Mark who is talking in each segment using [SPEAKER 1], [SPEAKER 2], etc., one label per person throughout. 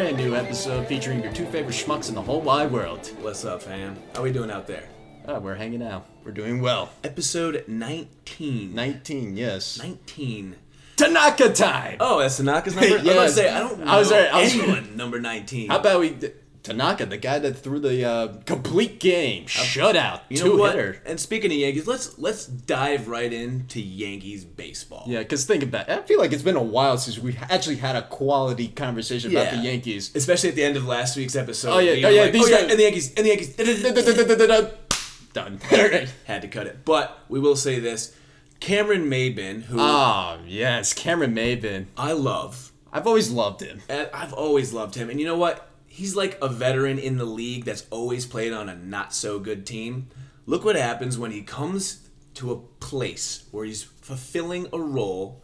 [SPEAKER 1] episode featuring your two favorite schmucks in the whole wide world.
[SPEAKER 2] What's up, fam? How we doing out there?
[SPEAKER 1] Ah, we're hanging out. We're doing well.
[SPEAKER 2] Episode 19.
[SPEAKER 1] 19, yes.
[SPEAKER 2] 19.
[SPEAKER 1] Tanaka time!
[SPEAKER 2] Oh, that's Tanaka's number? I
[SPEAKER 1] Yes.
[SPEAKER 2] was about to say, I don't know
[SPEAKER 1] I was sorry, I was-
[SPEAKER 2] anyone number 19.
[SPEAKER 1] How about we. Tanaka, the guy that threw the uh, complete game shutout,
[SPEAKER 2] you know
[SPEAKER 1] two
[SPEAKER 2] what?
[SPEAKER 1] hitter.
[SPEAKER 2] And speaking of Yankees, let's let's dive right into Yankees baseball.
[SPEAKER 1] Yeah, because think about it. I feel like it's been a while since we actually had a quality conversation about
[SPEAKER 2] Yeah.
[SPEAKER 1] the Yankees.
[SPEAKER 2] Especially at the end of last week's episode.
[SPEAKER 1] Oh, yeah,
[SPEAKER 2] you know,
[SPEAKER 1] oh, yeah,
[SPEAKER 2] like,
[SPEAKER 1] these
[SPEAKER 2] oh, yeah,
[SPEAKER 1] guys-
[SPEAKER 2] and the Yankees, and the Yankees.
[SPEAKER 1] Done. All right.
[SPEAKER 2] Had to cut it. But we will say this. Cameron Maben, who
[SPEAKER 1] Oh, yes. Cameron Maben.
[SPEAKER 2] I love,
[SPEAKER 1] I've always loved him.
[SPEAKER 2] And I've always loved him. And you know what? He's like a veteran in the league that's always played on a not so good team. Look what happens when he comes to a place where he's fulfilling a role.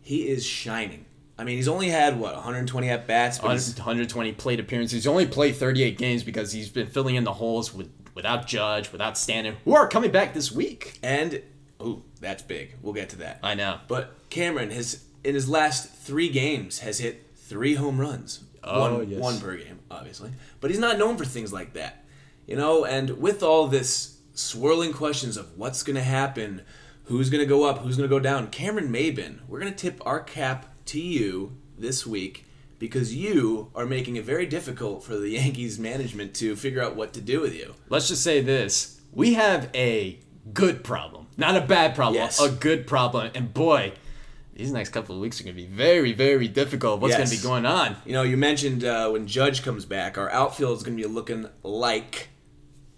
[SPEAKER 2] He is shining. I mean, he's only had what 120 at bats, but he's-
[SPEAKER 1] 120 plate appearances. He's only played 38 games because he's been filling in the holes with without Judge, without Stanton, who are coming back this week.
[SPEAKER 2] and oh, that's big. We'll get to that.
[SPEAKER 1] I know.
[SPEAKER 2] But Cameron has in his last three games has hit three home runs.
[SPEAKER 1] Oh,
[SPEAKER 2] One-
[SPEAKER 1] yes.
[SPEAKER 2] one per game, obviously. But he's not known for things like that. You know, and with all this swirling questions of what's gonna happen, who's gonna go up, who's gonna go down, Cameron Maben, we're gonna tip our cap to you this week because you are making it very difficult for the Yankees management to figure out what to do with you.
[SPEAKER 1] Let's just say this. We have a good problem. Not a bad problem,
[SPEAKER 2] Yes.
[SPEAKER 1] a good problem. And boy, these next couple of weeks are going to be very, very difficult. What's going
[SPEAKER 2] Yes.
[SPEAKER 1] to be going on?
[SPEAKER 2] You know, you mentioned uh, when Judge comes back, our outfield is going to be looking like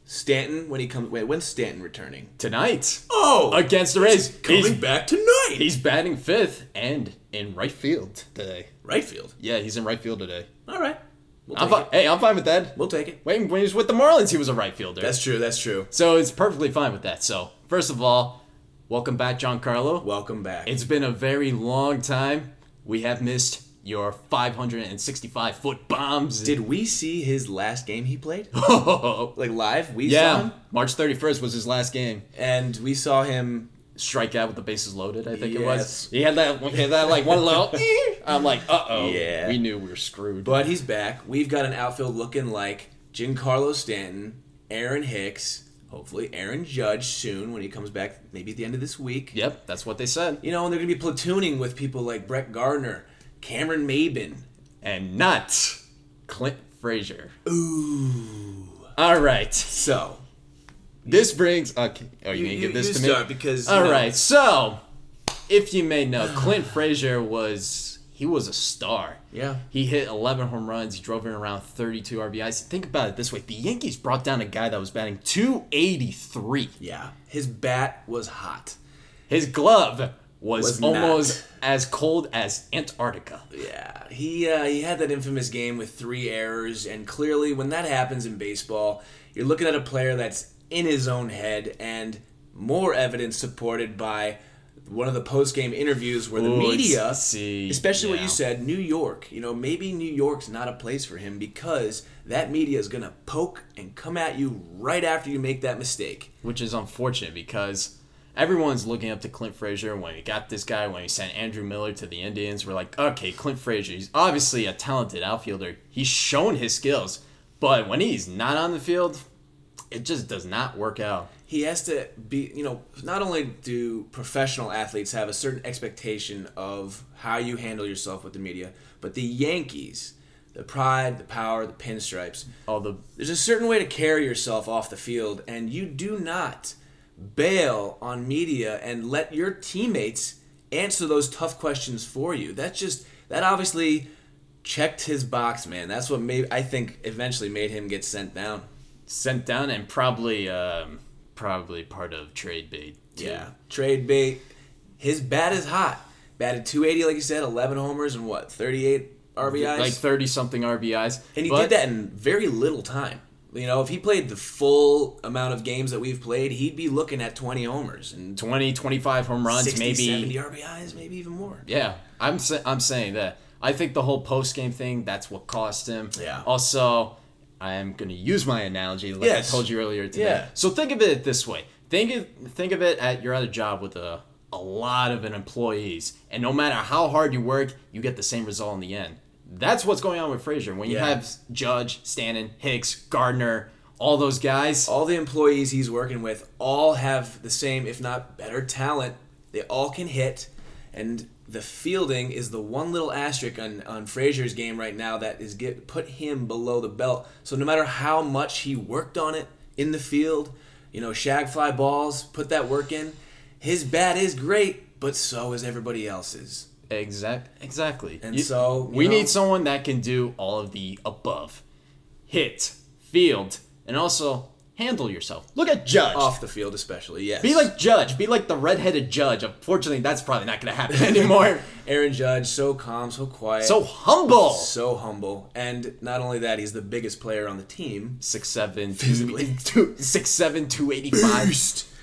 [SPEAKER 2] Stanton when he comes. Wait, when's Stanton returning?
[SPEAKER 1] Tonight,
[SPEAKER 2] Oh,
[SPEAKER 1] against the Rays,
[SPEAKER 2] coming
[SPEAKER 1] he's,
[SPEAKER 2] back tonight.
[SPEAKER 1] he's batting fifth and in right field today.
[SPEAKER 2] right field.
[SPEAKER 1] Yeah, he's in right field today.
[SPEAKER 2] All right, we'll
[SPEAKER 1] I'm
[SPEAKER 2] take,
[SPEAKER 1] fi-
[SPEAKER 2] it.
[SPEAKER 1] hey, I'm fine with that.
[SPEAKER 2] We'll take it.
[SPEAKER 1] When, when he was with the Marlins, he was a right fielder.
[SPEAKER 2] That's true. That's true.
[SPEAKER 1] So it's perfectly fine with that. So, first of all, welcome back, Giancarlo.
[SPEAKER 2] Welcome back.
[SPEAKER 1] It's been a very long time. We have missed your 565 foot bombs.
[SPEAKER 2] Did we see his last game he played? like live, we saw
[SPEAKER 1] yeah,
[SPEAKER 2] him,
[SPEAKER 1] March 31st was his last game.
[SPEAKER 2] and we saw him.
[SPEAKER 1] Strike out with the bases loaded, I think it
[SPEAKER 2] Yes.
[SPEAKER 1] was. He had that, he had that like one little. "Eh." I'm like, uh oh.
[SPEAKER 2] Yeah.
[SPEAKER 1] We knew we were screwed.
[SPEAKER 2] But he's back. We've got an outfield looking like Giancarlo Stanton, Aaron Hicks, hopefully Aaron Judge soon when he comes back, maybe at the end of this week.
[SPEAKER 1] yep, that's what they said.
[SPEAKER 2] You know, and they're going to be platooning with people like Brett Gardner, Cameron Maben.
[SPEAKER 1] And not Clint Frazier. Ooh. All right.
[SPEAKER 2] So
[SPEAKER 1] This brings. Okay, are you,
[SPEAKER 2] You-
[SPEAKER 1] gonna
[SPEAKER 2] you-
[SPEAKER 1] give
[SPEAKER 2] you
[SPEAKER 1] this to
[SPEAKER 2] start
[SPEAKER 1] me?
[SPEAKER 2] because, you
[SPEAKER 1] All
[SPEAKER 2] know-
[SPEAKER 1] right. So, if you may know, Clint Frazier was he was a star.
[SPEAKER 2] Yeah.
[SPEAKER 1] He hit 11 home runs. He drove in around 32 RBIs. Think about it this way: the Yankees brought down a guy that was batting 283.
[SPEAKER 2] yeah, his bat was hot.
[SPEAKER 1] His glove was,
[SPEAKER 2] Was not.
[SPEAKER 1] almost as cold as Antarctica.
[SPEAKER 2] Yeah, he uh, he had that infamous game with three errors, and clearly, when that happens in baseball, you're looking at a player that's in his own head, and more evidence supported by one of the post-game interviews where the
[SPEAKER 1] Ooh,
[SPEAKER 2] media,
[SPEAKER 1] it's- see,
[SPEAKER 2] especially what
[SPEAKER 1] yeah.
[SPEAKER 2] you said, New York. You know, maybe New York's not a place for him because that media is gonna poke and come at you right after you make that mistake.
[SPEAKER 1] which is unfortunate because everyone's looking up to Clint Frazier when he got this guy, when he sent Andrew Miller to the Indians. We're like, okay, Clint Frazier, he's obviously a talented outfielder. He's shown his skills, but when he's not on the field, it just does not work out.
[SPEAKER 2] he has to be you know not only do professional athletes have a certain expectation of how you handle yourself with the media but the yankees the pride the power the pinstripes
[SPEAKER 1] All the
[SPEAKER 2] there's a certain way to carry yourself off the field and you do not bail on media and let your teammates answer those tough questions for you that's just that obviously checked his box man that's what made i think eventually made him get sent down
[SPEAKER 1] sent down and probably um, probably part of trade bait. Too.
[SPEAKER 2] Yeah. Trade bait. His bat is hot. Batted 280, like you said, 11 homers and what, 38 RBIs?
[SPEAKER 1] like thirty something RBIs,
[SPEAKER 2] and he
[SPEAKER 1] but-
[SPEAKER 2] did that in very little time. You know, if he played the full amount of games that we've played, he'd be looking at 20 homers and
[SPEAKER 1] 20, 25 home runs,
[SPEAKER 2] 60,
[SPEAKER 1] maybe
[SPEAKER 2] 70 RBIs, maybe even more.
[SPEAKER 1] Yeah, I'm sa- I'm saying that. I think the whole post game thing that's what cost him.
[SPEAKER 2] Yeah.
[SPEAKER 1] Also, I am gonna use my analogy like
[SPEAKER 2] Yes.
[SPEAKER 1] I told you earlier today.
[SPEAKER 2] Yeah.
[SPEAKER 1] So think of it this way. Think of, think of it at your other job with a a lot of an employees, and no matter how hard you work, you get the same result in the end. That's what's going on with Frazier. When you
[SPEAKER 2] Yeah.
[SPEAKER 1] have Judge, Stanton, Hicks, Gardner, all those guys,
[SPEAKER 2] All the employees he's working with all have the same, if not better, talent. They all can hit, and the fielding is the one little asterisk on on Frazier's game right now that is get put him below the belt. So no matter how much he worked on it in the field, you know, shag fly balls, put that work in. His bat is great, but so is everybody else's.
[SPEAKER 1] exact exactly.
[SPEAKER 2] And so, you
[SPEAKER 1] we
[SPEAKER 2] know-
[SPEAKER 1] need someone that can do all of the above: hit, field, and also handle yourself. Look at Judge.
[SPEAKER 2] Off the field, especially, yes.
[SPEAKER 1] Be like Judge. Be like the redheaded Judge. Unfortunately, that's probably not going to happen anymore.
[SPEAKER 2] Aaron Judge, so calm, so quiet,
[SPEAKER 1] so humble.
[SPEAKER 2] so humble, and not only that, he's the biggest player on the team.
[SPEAKER 1] Six seven,
[SPEAKER 2] Physically.
[SPEAKER 1] two, six seven, two eighty five.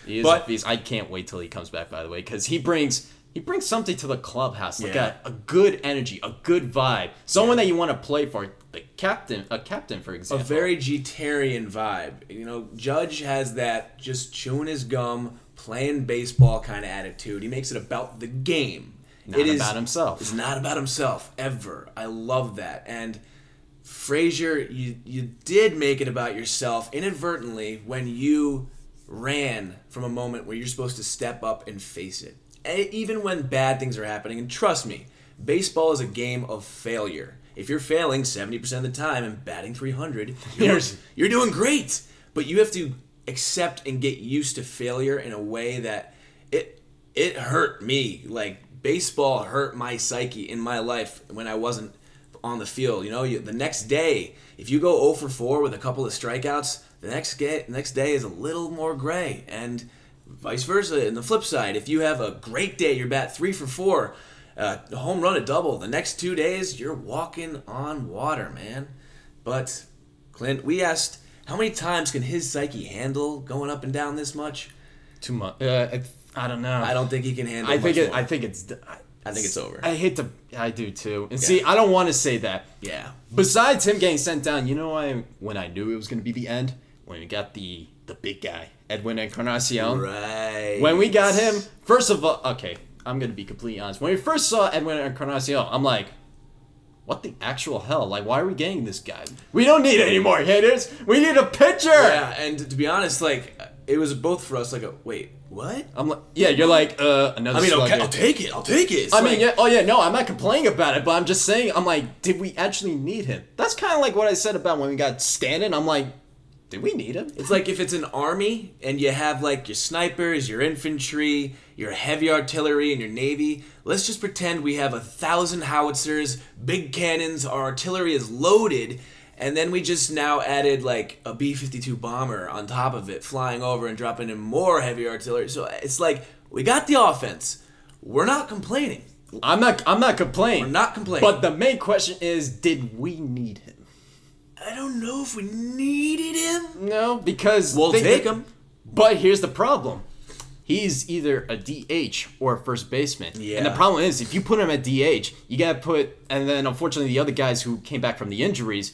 [SPEAKER 1] He is
[SPEAKER 2] But-
[SPEAKER 1] a beast. I can't wait till he comes back. By the way, because he brings he brings something to the clubhouse, like
[SPEAKER 2] Yeah.
[SPEAKER 1] a, a good energy, a good vibe, someone that you want to play for. The captain, a captain, for
[SPEAKER 2] A
[SPEAKER 1] example.
[SPEAKER 2] very Jeterian vibe. You know, Judge has that just chewing his gum, playing baseball kind of attitude. He makes it about the game.
[SPEAKER 1] not
[SPEAKER 2] it is
[SPEAKER 1] about himself.
[SPEAKER 2] It's not about himself ever. I love that. And Frazier, you you did make it about yourself inadvertently when you ran from a moment where you're supposed to step up and face it. E- Even when bad things are happening, and trust me, baseball is a game of failure. If you're failing 70% of the time and batting 300, you're,
[SPEAKER 1] Yes.
[SPEAKER 2] you're doing great. But you have to accept and get used to failure in a way that it it hurt me. Like baseball hurt my psyche in my life when I wasn't on the field. You know, you, the next day, if you go 0 for 4 with a couple of strikeouts, the next day, next day is a little more gray, and vice versa. And the flip side, if you have a great day, you're bat three for four, uh, home run a double. The next two days, you're walking on water, man. But Clint, we asked how many times can his psyche handle going up and down this much?
[SPEAKER 1] Too much. Uh, I- I don't know.
[SPEAKER 2] I don't think he can handle.
[SPEAKER 1] I think
[SPEAKER 2] much
[SPEAKER 1] it,
[SPEAKER 2] more.
[SPEAKER 1] I think it's. d-
[SPEAKER 2] I think it's over.
[SPEAKER 1] I hate to. I do too. And see, I don't want to say that.
[SPEAKER 2] yeah.
[SPEAKER 1] Besides him getting sent down, you know why? When I knew it was going to be the end, when we got the the big guy, Edwin Encarnacion.
[SPEAKER 2] Right.
[SPEAKER 1] Um, When we got him, first of all, okay, I'm gonna be completely honest. When we first saw Edwin Encarnacion, I'm like, what the actual hell? Like, why are we getting this guy? We don't need any more hitters. We need a pitcher.
[SPEAKER 2] Yeah, and to be honest, like it was both for us. Like, a, wait, what?
[SPEAKER 1] I'm like, yeah, you're like uh, another.
[SPEAKER 2] I mean, okay,
[SPEAKER 1] slugger.
[SPEAKER 2] I'll take it. I'll take it. It's
[SPEAKER 1] I mean,
[SPEAKER 2] like-
[SPEAKER 1] yeah, oh yeah, no, I'm not complaining about it, but I'm just saying, I'm like, did we actually need him? That's kind of like what I said about when we got Stanton. I'm like, did we need him?
[SPEAKER 2] It's like if it's an army and you have like your snipers, your infantry, your heavy artillery, and your navy. Let's just pretend we have a thousand howitzers, big cannons, our artillery is loaded, and then we just now added like a B 52 bomber on top of it, flying over and dropping in more heavy artillery. So it's like we got the offense. We're not complaining.
[SPEAKER 1] I'm not, I'm not complaining.
[SPEAKER 2] We're not complaining.
[SPEAKER 1] But the main question is, did we need him?
[SPEAKER 2] I don't know if we needed him.
[SPEAKER 1] No, because
[SPEAKER 2] We'll
[SPEAKER 1] think-
[SPEAKER 2] take him.
[SPEAKER 1] But here's the problem. He's either a DH or a first baseman. And the
[SPEAKER 2] Yeah.
[SPEAKER 1] problem is, if you put him at DH, you got to put, and then unfortunately, the other guys who came back from the injuries,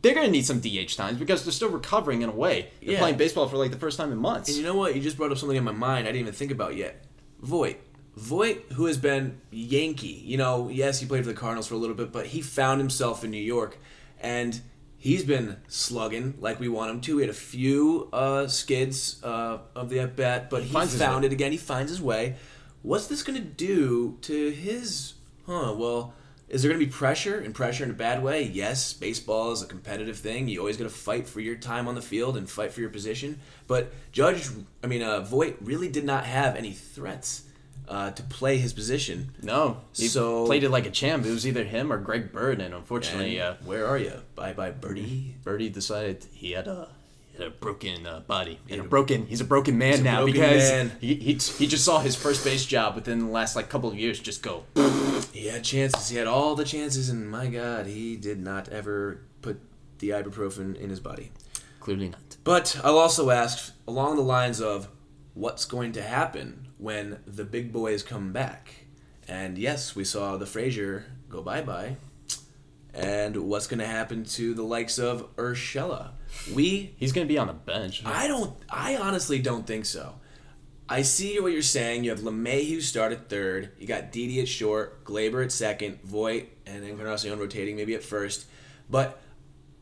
[SPEAKER 1] they're going to need some DH times because they're still recovering in a way. They're
[SPEAKER 2] Yeah.
[SPEAKER 1] playing baseball for like the first time in months.
[SPEAKER 2] You know what? You just brought up something in my mind I didn't even think about yet. Voit. Voit, who has been Yankee. You know, yes, he played for the Cardinals for a little bit, but he found himself in New York and he's been slugging like we want him to. He had a few uh, skids uh, of the at bat, but he,
[SPEAKER 1] finds his
[SPEAKER 2] found
[SPEAKER 1] way.
[SPEAKER 2] it again. He finds his way. What's this going to do to his. Huh, well. Is there going to be pressure and pressure in a bad way? Yes, baseball is a competitive thing. You always got to fight for your time on the field and fight for your position. But Judge, I mean, uh, Voit really did not have any threats uh, to play his position.
[SPEAKER 1] no. He
[SPEAKER 2] So-
[SPEAKER 1] played it like a champ. It was either him or Greg Bird. And
[SPEAKER 2] And
[SPEAKER 1] unfortunately, uh,
[SPEAKER 2] where are you? Bye bye, birdie.
[SPEAKER 1] Birdie decided he had a he had a broken uh, body and a broken he's a broken man
[SPEAKER 2] a
[SPEAKER 1] now
[SPEAKER 2] broken
[SPEAKER 1] because
[SPEAKER 2] man.
[SPEAKER 1] He, he he just saw his first base job within the last like couple of years just go
[SPEAKER 2] He had chances. He had all the chances, and my God, he did not ever put the ibuprofen in his body.
[SPEAKER 1] clearly not
[SPEAKER 2] But I'll also ask along the lines of what's going to happen when the big boys come back? And yes, we saw the Frazier go bye bye. And what's going to happen to the likes of Urshela? We
[SPEAKER 1] he's gonna be on the bench
[SPEAKER 2] I don't. I honestly don't think so. I see what you're saying. You have LeMahieu start at third. You got Didi at short, Glaber at second, Voigt and Encarnacion rotating maybe at first. But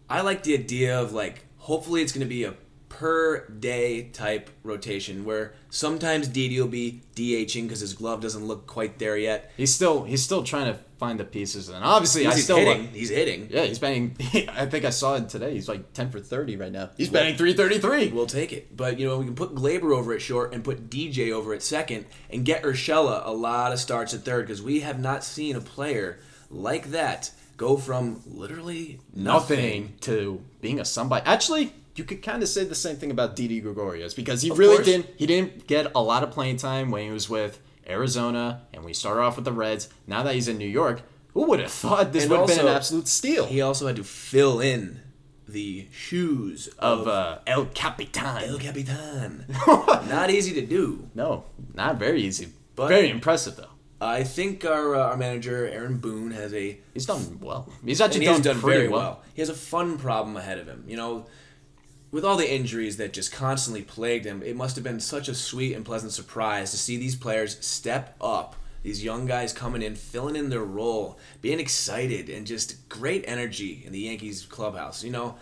[SPEAKER 2] I like the idea of like hopefully it's going to be a per day type rotation where sometimes Didi will be DHing because his glove doesn't look quite there yet.
[SPEAKER 1] He's still he's still trying to find the pieces, and obviously I
[SPEAKER 2] he's
[SPEAKER 1] still
[SPEAKER 2] hitting.
[SPEAKER 1] like-
[SPEAKER 2] he's hitting.
[SPEAKER 1] yeah he's batting. I think I saw it today. He's like ten for thirty right now. He's batting three thirty three.
[SPEAKER 2] We'll take it. But you know, we can put Glaber over at short and put DJ over at second and get Urshela a lot of starts at third because we have not seen a player like that go from literally nothing.
[SPEAKER 1] nothing to being a somebody. Actually, you could kind of say the same thing about Didi Gregorius because he really
[SPEAKER 2] course.
[SPEAKER 1] didn't he didn't get a lot of playing time when he was with Arizona and we started off with the Reds. Now that he's in New York, who would have thought this
[SPEAKER 2] And
[SPEAKER 1] would have been an
[SPEAKER 2] also,
[SPEAKER 1] absolute steal
[SPEAKER 2] He also had to fill in the shoes of,
[SPEAKER 1] of uh, El Capitan?
[SPEAKER 2] El Capitan. not easy to do.
[SPEAKER 1] no, not very easy.
[SPEAKER 2] But-
[SPEAKER 1] very impressive though.
[SPEAKER 2] I think our uh, our manager Aaron Boone has a
[SPEAKER 1] He's done well. He's actually done,
[SPEAKER 2] and he's done
[SPEAKER 1] pretty
[SPEAKER 2] very well.
[SPEAKER 1] well.
[SPEAKER 2] He has a fun problem ahead of him. You know, with all the injuries that just constantly plagued him, it must have been such a sweet and pleasant surprise to see these players step up. These young guys coming in, filling in their role, being excited, and just great energy in the Yankees clubhouse. You know,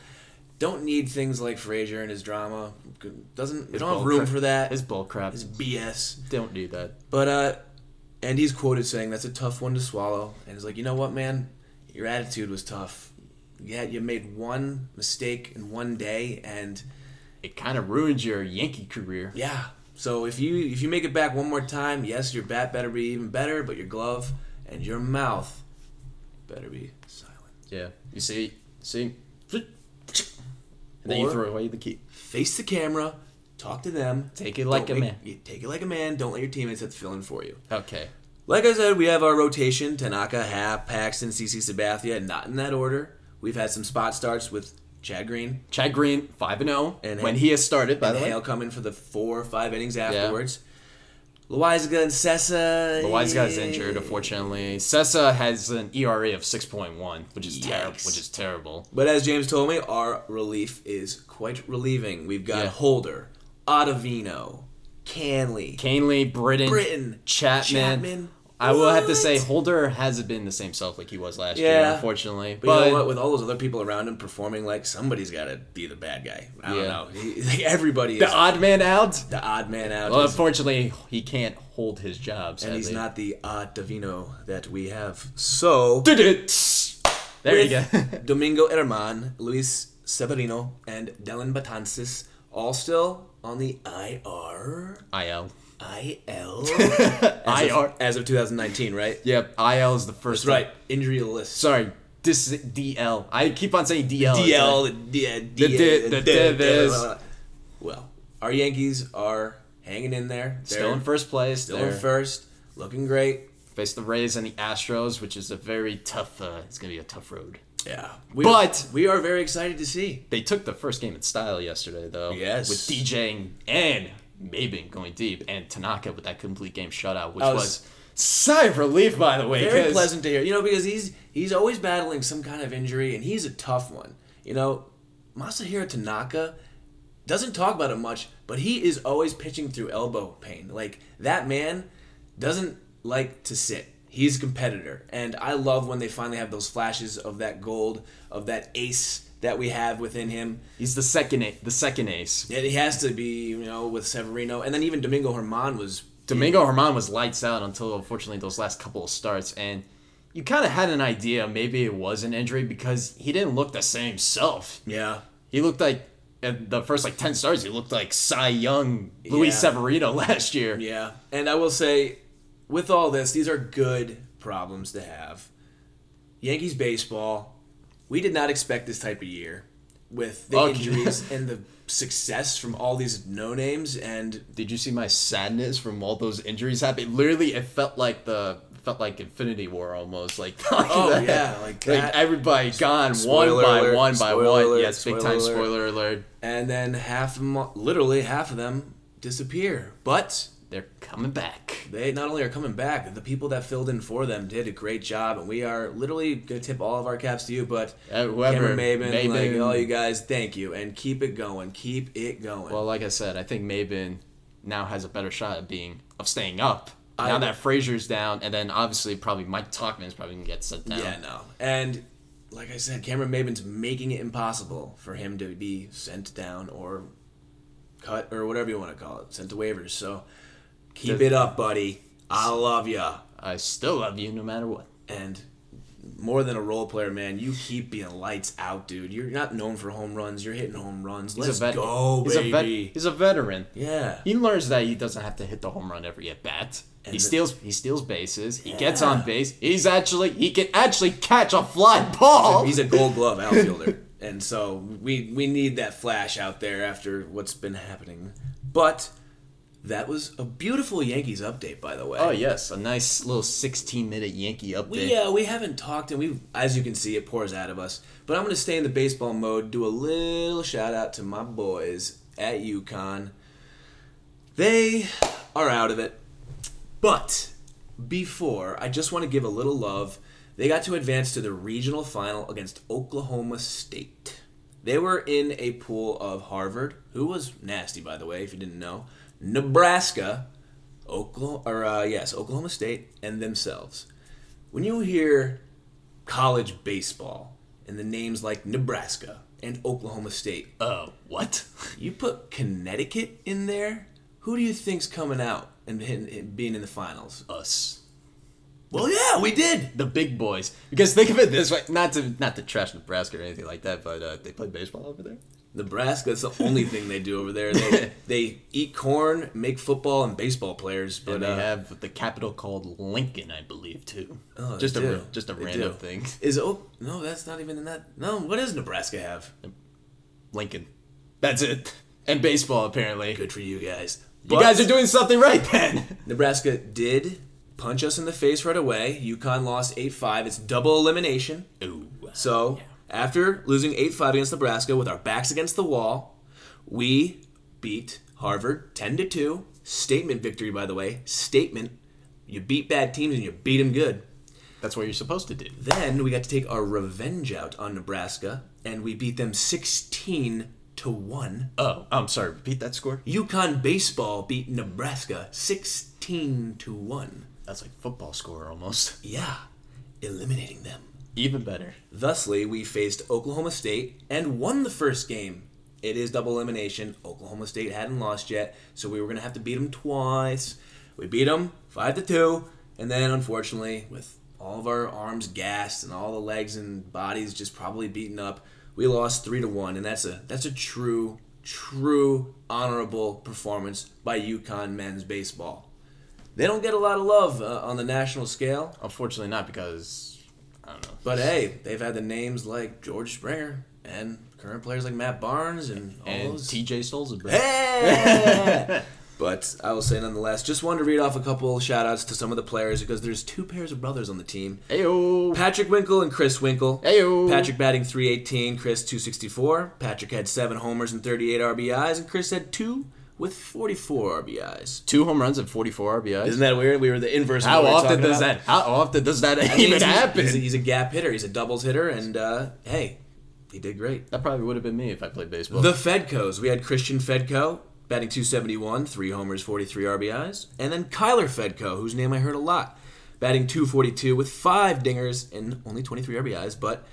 [SPEAKER 2] don't need things like Frazier and his drama. Doesn't we don't have
[SPEAKER 1] bull
[SPEAKER 2] room
[SPEAKER 1] crap-
[SPEAKER 2] for that.
[SPEAKER 1] His bull crap.
[SPEAKER 2] His BS.
[SPEAKER 1] Don't do that.
[SPEAKER 2] But uh, and he's quoted saying that's a tough one to swallow, and he's like, you know what, man, your attitude was tough. Yeah, you made one mistake in one day, and
[SPEAKER 1] It kind of ruined your Yankee career.
[SPEAKER 2] yeah. So if you if you make it back one more time, yes, your bat better be even better, but your glove and your mouth better be silent.
[SPEAKER 1] Yeah. You see, see, and then you
[SPEAKER 2] Or-
[SPEAKER 1] throw away the key.
[SPEAKER 2] Face the camera, talk to them.
[SPEAKER 1] Take it like
[SPEAKER 2] Don't
[SPEAKER 1] a
[SPEAKER 2] make-
[SPEAKER 1] man.
[SPEAKER 2] you take it like a man. Don't let your teammates have to fill in for you.
[SPEAKER 1] Okay.
[SPEAKER 2] Like I said, we have our rotation: Tanaka, Hap, Paxton, CC Sabathia. Not in that order. We've had some spot starts with Chad Green
[SPEAKER 1] Chad Green, 5 and 0
[SPEAKER 2] And
[SPEAKER 1] when
[SPEAKER 2] Hale-
[SPEAKER 1] he has started, by
[SPEAKER 2] and
[SPEAKER 1] the way.
[SPEAKER 2] Hale coming for the four or five innings afterwards. Loizaga and Sessa.
[SPEAKER 1] The wise guy's injured, unfortunately. Sessa has an ERA of 6.1, which is terrible.
[SPEAKER 2] Yikes.
[SPEAKER 1] Which is terrible.
[SPEAKER 2] But as James told me, our relief is quite relieving. We've got
[SPEAKER 1] Yeah.
[SPEAKER 2] Holder, Ottavino, Canley,
[SPEAKER 1] Canley, Britton,
[SPEAKER 2] Britton,
[SPEAKER 1] Chapman.
[SPEAKER 2] Chapman.
[SPEAKER 1] I will have to
[SPEAKER 2] What?
[SPEAKER 1] say Holder hasn't been the same self like he was last year,
[SPEAKER 2] Yeah.
[SPEAKER 1] unfortunately. But,
[SPEAKER 2] But, you know what? With all those other people around him performing like somebody's got to be the bad guy. I don't
[SPEAKER 1] Yeah.
[SPEAKER 2] know. He, like, everybody is
[SPEAKER 1] the
[SPEAKER 2] the,
[SPEAKER 1] odd man out.
[SPEAKER 2] odd man out.
[SPEAKER 1] Well,
[SPEAKER 2] He's-
[SPEAKER 1] unfortunately, he can't hold his job. Sadly.
[SPEAKER 2] And he's not the odd Davino that we have. So
[SPEAKER 1] Did it. There you
[SPEAKER 2] with
[SPEAKER 1] go.
[SPEAKER 2] Domingo Herman, Luis Severino, and Dylan Batansis all still on the IR
[SPEAKER 1] IL.
[SPEAKER 2] IL as
[SPEAKER 1] IR.
[SPEAKER 2] of, as of 2019, right?
[SPEAKER 1] Yep, IL is the first.
[SPEAKER 2] That's right. Injury list.
[SPEAKER 1] Sorry, this is DL. I keep on saying DL.
[SPEAKER 2] DL D- uh, D-
[SPEAKER 1] di-
[SPEAKER 2] uh,
[SPEAKER 1] the
[SPEAKER 2] D- uh,
[SPEAKER 1] divis.
[SPEAKER 2] blah, blah, blah. Well, our Yankees are hanging in there. They're
[SPEAKER 1] Still in first place.
[SPEAKER 2] Still in
[SPEAKER 1] They're-
[SPEAKER 2] first. Looking great.
[SPEAKER 1] Face the Rays and the Astros, which is a very tough. Uh, it's gonna be a tough road.
[SPEAKER 2] Yeah. We,
[SPEAKER 1] But-
[SPEAKER 2] we are very excited to see.
[SPEAKER 1] They took the first game in style yesterday, though.
[SPEAKER 2] Yes.
[SPEAKER 1] With DJing and Maben going deep and Tanaka with that complete game shutout, which
[SPEAKER 2] I
[SPEAKER 1] was,
[SPEAKER 2] was-
[SPEAKER 1] sigh of relief, by the way.
[SPEAKER 2] very
[SPEAKER 1] 'cause
[SPEAKER 2] pleasant to hear. You know, because he's he's always battling some kind of injury, and he's a tough one. You know, Masahiro Tanaka doesn't talk about it much, but he is always pitching through elbow pain. Like that man doesn't like to sit. He's a competitor, and I love when they finally have those flashes of that gold, of that ace that we have within him.
[SPEAKER 1] He's the second. A- the second ace.
[SPEAKER 2] It has to be, you know, with Severino, and then even Domingo Herman was
[SPEAKER 1] Domingo Herman was lights out until unfortunately those last couple of starts, and you kind of had an idea maybe it was an injury because he didn't look the same self.
[SPEAKER 2] yeah.
[SPEAKER 1] He looked like at the first like ten starts, he looked like Cy Young, Luis
[SPEAKER 2] Yeah.
[SPEAKER 1] Severino last year.
[SPEAKER 2] Yeah, and I will say, with all this, these are good problems to have. Yankees baseball, we did not expect this type of year with the
[SPEAKER 1] Okay.
[SPEAKER 2] injuries and the success from all these no names. And
[SPEAKER 1] Did you see my sadness from all those injuries happening? Literally, it felt like the felt like Infinity War almost. Like
[SPEAKER 2] Oh, yeah, like that.
[SPEAKER 1] everybody gone
[SPEAKER 2] Spoiler
[SPEAKER 1] one by
[SPEAKER 2] alert,
[SPEAKER 1] one by
[SPEAKER 2] spoiler
[SPEAKER 1] one.
[SPEAKER 2] alert,
[SPEAKER 1] yes, big time
[SPEAKER 2] spoiler alert.
[SPEAKER 1] spoiler alert.
[SPEAKER 2] and then half, of 'em- literally half of them disappear. But
[SPEAKER 1] They're coming back.
[SPEAKER 2] they not only are coming back, the people that filled in for them did a great job, and we are literally gonna tip all of our caps to you. But
[SPEAKER 1] Uh, whoever,
[SPEAKER 2] Cameron Maben, like
[SPEAKER 1] Maben.
[SPEAKER 2] all you guys, thank you, and keep it going, keep it going.
[SPEAKER 1] Well, like I said, I think Maben now has a better shot of being of staying up. now that Frazier's down, and then obviously probably Mike Talkman's probably gonna get sent down.
[SPEAKER 2] Yeah, no. And like I said, Cameron Maben's making it impossible for him to be sent down or cut or whatever you want to call it, sent to waivers. So keep
[SPEAKER 1] Does-
[SPEAKER 2] it up, buddy. I love ya.
[SPEAKER 1] I still love you no matter what.
[SPEAKER 2] And more than a role player, man, you keep being lights out, dude. You're not known for home runs. You're hitting home runs. Let's
[SPEAKER 1] a vet-
[SPEAKER 2] go,
[SPEAKER 1] he's
[SPEAKER 2] baby.
[SPEAKER 1] A vet- he's a veteran.
[SPEAKER 2] yeah.
[SPEAKER 1] He learns that he doesn't have to hit the home run every at bat. He
[SPEAKER 2] the-
[SPEAKER 1] steals. He steals bases. He gets
[SPEAKER 2] Yeah.
[SPEAKER 1] on base. He's actually he can actually catch a fly ball.
[SPEAKER 2] He's a gold glove outfielder. and so we we need that flash out there after what's been happening. But that was a beautiful Yankees update, by the way.
[SPEAKER 1] oh yes, a nice little 16 minute Yankee update.
[SPEAKER 2] We uh, we haven't talked, and we as you can see, it pours out of us. But I'm gonna stay in the baseball mode. Do a little shout out to my boys at UConn. They are out of it, but before I just want to give a little love. They got to advance to the regional final against Oklahoma State. They were in a pool of Harvard, who was nasty by the way, if you didn't know, Nebraska, Oklahoma, or uh, yes, Oklahoma State, and themselves when you hear college baseball and the names like Nebraska and Oklahoma State, uh,
[SPEAKER 1] Oh, what?
[SPEAKER 2] you put Connecticut in there. Who do you think's coming out and hitting, and being in the finals?
[SPEAKER 1] Us.
[SPEAKER 2] Well, yeah, we did.
[SPEAKER 1] The big boys. Because think of it this way, not to not to trash Nebraska or anything like that, but uh, they play baseball over there.
[SPEAKER 2] Nebraska. That's the only thing they do over there. They, they eat corn, make football and baseball players. But
[SPEAKER 1] And they
[SPEAKER 2] uh,
[SPEAKER 1] have the capital called Lincoln, I believe, too.
[SPEAKER 2] Oh, they
[SPEAKER 1] just a
[SPEAKER 2] do.
[SPEAKER 1] ra- just a
[SPEAKER 2] They
[SPEAKER 1] random
[SPEAKER 2] do.
[SPEAKER 1] thing.
[SPEAKER 2] is oh no, that's not even in that. No, what does Nebraska have?
[SPEAKER 1] Lincoln. That's it. And baseball apparently.
[SPEAKER 2] Good for you guys.
[SPEAKER 1] You guys are doing something right then.
[SPEAKER 2] Nebraska did punch us in the face right away. UConn lost 8 5. It's double elimination.
[SPEAKER 1] Ooh.
[SPEAKER 2] So, after losing 8 5 against Nebraska with our backs against the wall, we beat Harvard 10 to 2. Statement victory, by the way. Statement. You beat bad teams and you beat them good.
[SPEAKER 1] That's what you're supposed to do.
[SPEAKER 2] Then we got to take our revenge out on Nebraska and we beat them 16 to 1.
[SPEAKER 1] Oh, I'm sorry. Repeat that score.
[SPEAKER 2] UConn baseball beat Nebraska 16 to 1.
[SPEAKER 1] That's like football score almost.
[SPEAKER 2] Yeah, eliminating them.
[SPEAKER 1] Even better.
[SPEAKER 2] Thusly, we faced Oklahoma State and won the first game. It is double elimination. Oklahoma State hadn't lost yet, so we were going to have to beat them twice. We beat them 5 to 2, and then unfortunately, with all of our arms gassed and all the legs and bodies just probably beaten up, we lost 3 to 1, and that's a that's a true true honorable performance by Yukon men's baseball. They don't get a lot of love uh, on the national scale.
[SPEAKER 1] Unfortunately, not because I don't know.
[SPEAKER 2] But hey, they've had the names like George Springer and current players like Matt Barnes and all
[SPEAKER 1] And
[SPEAKER 2] those.
[SPEAKER 1] TJ Stolzenberg.
[SPEAKER 2] Hey! but I will say nonetheless, just wanted to read off a couple shout outs to some of the players because there's two pairs of brothers on the team
[SPEAKER 1] Ayo.
[SPEAKER 2] Patrick Winkle and Chris Winkle.
[SPEAKER 1] Ayo.
[SPEAKER 2] Patrick batting 318, Chris 264. Patrick had seven homers and 38 RBIs, and Chris had two with 44 RBIs.
[SPEAKER 1] Two home runs and 44 RBIs.
[SPEAKER 2] Isn't that weird? We were the inverse. of
[SPEAKER 1] How
[SPEAKER 2] what we were
[SPEAKER 1] often
[SPEAKER 2] talking
[SPEAKER 1] does
[SPEAKER 2] about.
[SPEAKER 1] that? How often does that
[SPEAKER 2] He's-
[SPEAKER 1] even
[SPEAKER 2] he's-
[SPEAKER 1] happen?
[SPEAKER 2] He's a, he's a gap hitter. He's a doubles hitter, and uh, hey, he did great.
[SPEAKER 1] that probably would have been me if I played baseball.
[SPEAKER 2] The Fedcos. We had Christian Fedco batting 271, three homers, 43 RBIs, and then Kyler Fedco, whose name I heard a lot, batting 242 with five dingers and only 23 RBIs. But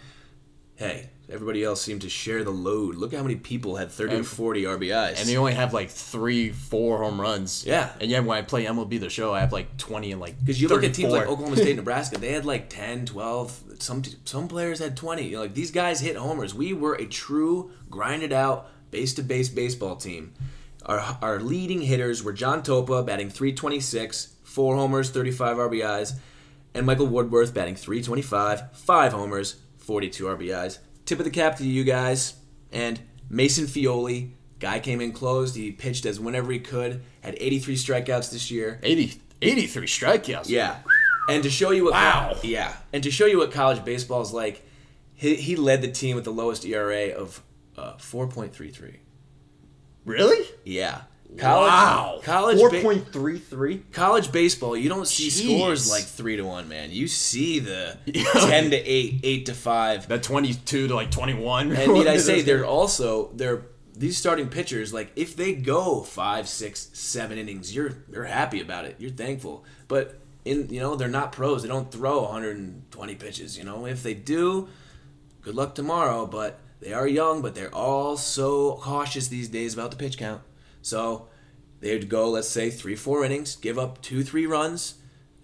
[SPEAKER 2] hey, everybody else seemed to share the load. Look how many people had 30 or 40 RBIs.
[SPEAKER 1] and you only have like three, four home runs.
[SPEAKER 2] Yeah.
[SPEAKER 1] And yet when I play MLB the show, I have like 20 and like.
[SPEAKER 2] Because you look at teams like
[SPEAKER 1] 34.
[SPEAKER 2] Oklahoma State, and Nebraska, they had like 10, 12, some t- some players had 20. You know, like these guys hit homers. We were a true grinded out base to base baseball team. Our our leading hitters were John Topa batting 326, 4 homers, 35 RBIs, and Michael Woodworth batting 325, 5 homers, 42 RBIs. Tip of the cap to you guys and Mason Fioli. Guy came in closed. He pitched as whenever he could. Had 83 strikeouts this year.
[SPEAKER 1] 80, 83 strikeouts.
[SPEAKER 2] Yeah. And to show you what
[SPEAKER 1] Wow.
[SPEAKER 2] yeah, and to show you what college baseball is like, he, he led the team with the lowest ERA of uh, 4.33.
[SPEAKER 1] Really?
[SPEAKER 2] Yeah. College,
[SPEAKER 1] wow.
[SPEAKER 2] College ba-
[SPEAKER 1] 4.33?
[SPEAKER 2] college baseball, you don't see
[SPEAKER 1] Jeez.
[SPEAKER 2] scores like 3 to 1, man. You see the 10 to 8, 8 to 5.
[SPEAKER 1] That 22 to like 21.
[SPEAKER 2] And need I say they're also they're these starting pitchers, like if they go five, six, seven innings, you're you're happy about it. You're thankful. But in you know they're not pros. They don't throw 120 pitches. You know if they do, good luck tomorrow. But they are young, but they're all so cautious these days about the pitch count. So they'd go let's say three, four innings, give up two, three runs.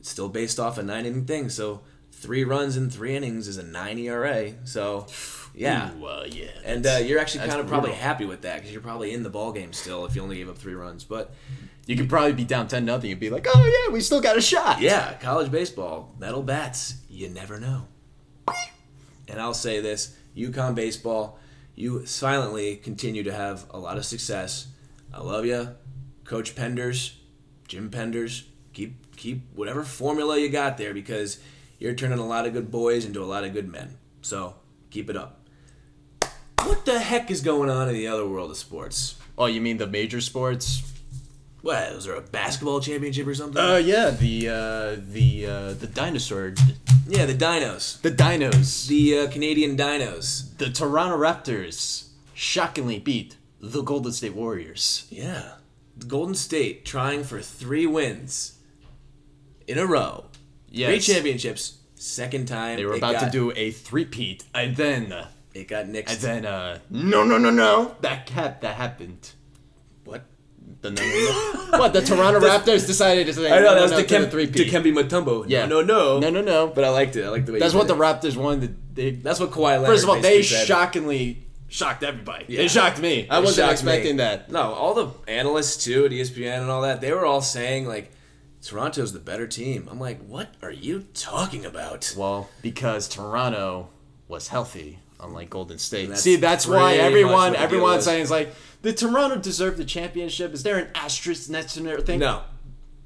[SPEAKER 2] It's still based off a nine inning thing. So three runs in three innings is a nine ERA. So yeah.
[SPEAKER 1] Ooh, uh, yeah.
[SPEAKER 2] And uh,
[SPEAKER 1] that's-
[SPEAKER 2] you're actually
[SPEAKER 1] that's
[SPEAKER 2] kind of probably
[SPEAKER 1] brutal.
[SPEAKER 2] happy with that because you're probably in the ball game still if you only gave up three runs. But
[SPEAKER 1] you could probably be down ten nothing and be like, oh yeah, we still got a shot.
[SPEAKER 2] yeah, college baseball, metal bats, you never know. And I'll say this: UConn baseball, you silently continue to have a lot of success. I love you, Coach Penders, Jim Penders. Keep keep whatever formula you got there because you're turning a lot of good boys into a lot of good men. So keep it up. What the heck is going on in the other world of sports?
[SPEAKER 1] Oh, you mean the major sports?
[SPEAKER 2] What was there a basketball championship or something?
[SPEAKER 1] Uh, yeah, the uh, the uh, the dinosaur,
[SPEAKER 2] yeah, the Dinos,
[SPEAKER 1] the dinos,
[SPEAKER 2] the uh, Canadian Dinos.
[SPEAKER 1] the Toronto Raptors, shockingly beat the Golden State Warriors.
[SPEAKER 2] Yeah, the Golden State trying for three wins in a row, three
[SPEAKER 1] Yes.
[SPEAKER 2] championships. Second time
[SPEAKER 1] They were
[SPEAKER 2] it
[SPEAKER 1] about
[SPEAKER 2] got,
[SPEAKER 1] to do a three-peat, and then, uh,
[SPEAKER 2] It got nixed.
[SPEAKER 1] and then, uh, no, no, no, no, that cap that happened.
[SPEAKER 2] what?
[SPEAKER 1] The no, no, no. what the Toronto Raptors decided to say?
[SPEAKER 2] I know
[SPEAKER 1] no,
[SPEAKER 2] that was
[SPEAKER 1] no, no, to the
[SPEAKER 2] Dikembe
[SPEAKER 1] three-peat.
[SPEAKER 2] Dikembe Mutombo.
[SPEAKER 1] yeah,
[SPEAKER 2] No, no,
[SPEAKER 1] no, no, no.
[SPEAKER 2] But I liked it. I liked the way.
[SPEAKER 1] That's
[SPEAKER 2] you
[SPEAKER 1] what
[SPEAKER 2] did
[SPEAKER 1] the
[SPEAKER 2] it.
[SPEAKER 1] Raptors wanted. to- They
[SPEAKER 2] That's what Kawhi. Leonard
[SPEAKER 1] First of all, they
[SPEAKER 2] basically said.
[SPEAKER 1] shockingly shocked everybody.
[SPEAKER 2] Yeah.
[SPEAKER 1] They shocked me. I
[SPEAKER 2] It
[SPEAKER 1] wasn't
[SPEAKER 2] shocked me.
[SPEAKER 1] expecting that.
[SPEAKER 2] No, all the analysts too at E ESPN and all that, they were all saying like Toronto's the better team. I'm like, what are you talking about?
[SPEAKER 1] Well, because Toronto was healthy, unlike Golden State.
[SPEAKER 2] That's
[SPEAKER 1] See, that's why
[SPEAKER 2] pretty much what
[SPEAKER 1] everyone
[SPEAKER 2] the deal
[SPEAKER 1] everyone's
[SPEAKER 2] is.
[SPEAKER 1] saying is like, did Toronto deserve the championship? Is there an asterisk next to everything?
[SPEAKER 2] No,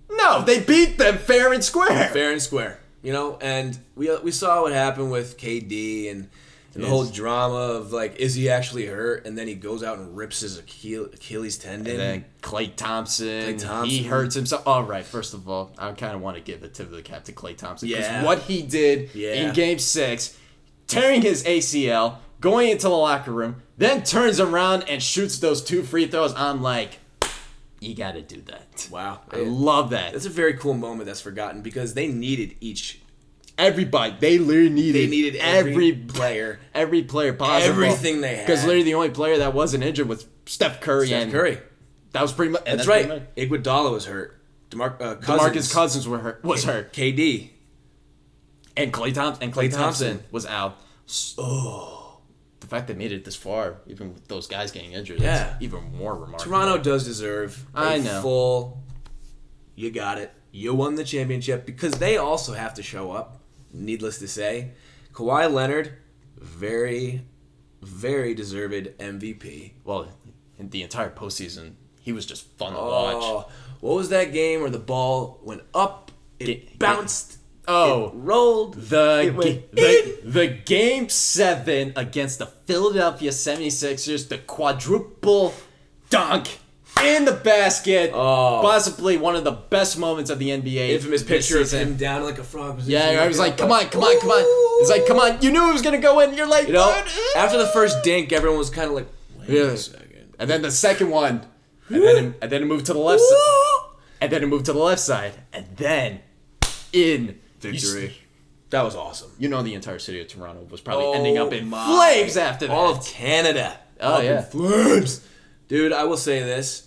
[SPEAKER 1] No, they beat them fair and square.
[SPEAKER 2] fair and square, you know. And we we saw what happened with KD and. And the
[SPEAKER 1] Yes.
[SPEAKER 2] whole drama of like, is he actually hurt? And then he goes out and rips his Achille- Achilles tendon.
[SPEAKER 1] And then Clay Thompson,
[SPEAKER 2] Mm. Thompson.
[SPEAKER 1] he hurts himself. All right, first of all, I kind of want to give a tip of the cap to Clay Thompson because
[SPEAKER 2] Yeah.
[SPEAKER 1] what he did
[SPEAKER 2] Yeah.
[SPEAKER 1] in Game Six, tearing his ACL, going into the locker room, then turns around and shoots those two free throws. I'm like, you got to do that.
[SPEAKER 2] wow,
[SPEAKER 1] I love that.
[SPEAKER 2] that's a very cool moment that's forgotten because they needed each.
[SPEAKER 1] Everybody, they literally needed,
[SPEAKER 2] They needed every player.
[SPEAKER 1] every player possible,
[SPEAKER 2] Everything they had.
[SPEAKER 1] Because literally, the only player that wasn't injured was Steph Curry.
[SPEAKER 2] Steph
[SPEAKER 1] and
[SPEAKER 2] Curry.
[SPEAKER 1] That was pretty much.
[SPEAKER 2] That's right. Iguodala was hurt. DeMar- uh, Cousins.
[SPEAKER 1] Marcus Cousins were hurt, was hurt.
[SPEAKER 2] KD.
[SPEAKER 1] And Clay Thompson and Clay,
[SPEAKER 2] Klay
[SPEAKER 1] Thompson,
[SPEAKER 2] Thompson.
[SPEAKER 1] was out. Oh, the fact they made it this far, even with those guys getting injured,
[SPEAKER 2] Yeah.
[SPEAKER 1] that's even more remarkable.
[SPEAKER 2] Toronto does deserve a
[SPEAKER 1] I know.
[SPEAKER 2] full. You got it. You won the championship because they also have to show up. Needless to say, Kawhi Leonard, very, very deserved MVP.
[SPEAKER 1] well, in the entire postseason, he was just fun to watch.
[SPEAKER 2] Oh, what was that game where the ball went up, it
[SPEAKER 1] Ga- ga-
[SPEAKER 2] bounced,
[SPEAKER 1] Oh,
[SPEAKER 2] rolled?
[SPEAKER 1] the,
[SPEAKER 2] It
[SPEAKER 1] ga-
[SPEAKER 2] went
[SPEAKER 1] the the game seven against the Philadelphia 76ers, the quadruple dunk in the basket,
[SPEAKER 2] Oh.
[SPEAKER 1] possibly one of the best moments of the NBA.
[SPEAKER 2] infamous
[SPEAKER 1] this
[SPEAKER 2] picture of
[SPEAKER 1] season.
[SPEAKER 2] him down in like a frog position.
[SPEAKER 1] Yeah, I was like, come on, come on, come on. It's like, come on, you knew it was gonna go in. You're like,
[SPEAKER 2] You know,
[SPEAKER 1] "What?"
[SPEAKER 2] after the first dink, everyone was kind of like, wait
[SPEAKER 1] Yeah.
[SPEAKER 2] a second.
[SPEAKER 1] and then the second one, and then it, and then it moved to the left side, and then it moved to the left side, and then in You, s-
[SPEAKER 2] Victory. That was awesome.
[SPEAKER 1] you know, the entire city of Toronto was probably ending up in
[SPEAKER 2] my.
[SPEAKER 1] flames after that.
[SPEAKER 2] All of Canada.
[SPEAKER 1] Oh,
[SPEAKER 2] up in
[SPEAKER 1] yeah.
[SPEAKER 2] flames. Dude, I will say this.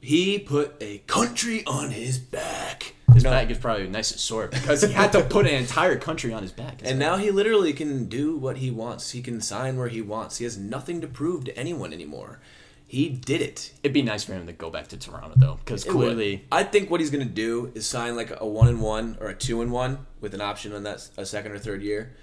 [SPEAKER 2] He put a country on his back.
[SPEAKER 1] his back is probably nice and sore because he had to put an entire country on his back.
[SPEAKER 2] And now he literally can do what he wants. He can sign where he wants. He has nothing to prove to anyone anymore. He did it.
[SPEAKER 1] it'd be nice for him to go back to Toronto though, because
[SPEAKER 2] It would.
[SPEAKER 1] clearly,
[SPEAKER 2] I think what he's going to do is sign like a one and one or a two and one with an option on that s- a second or third year.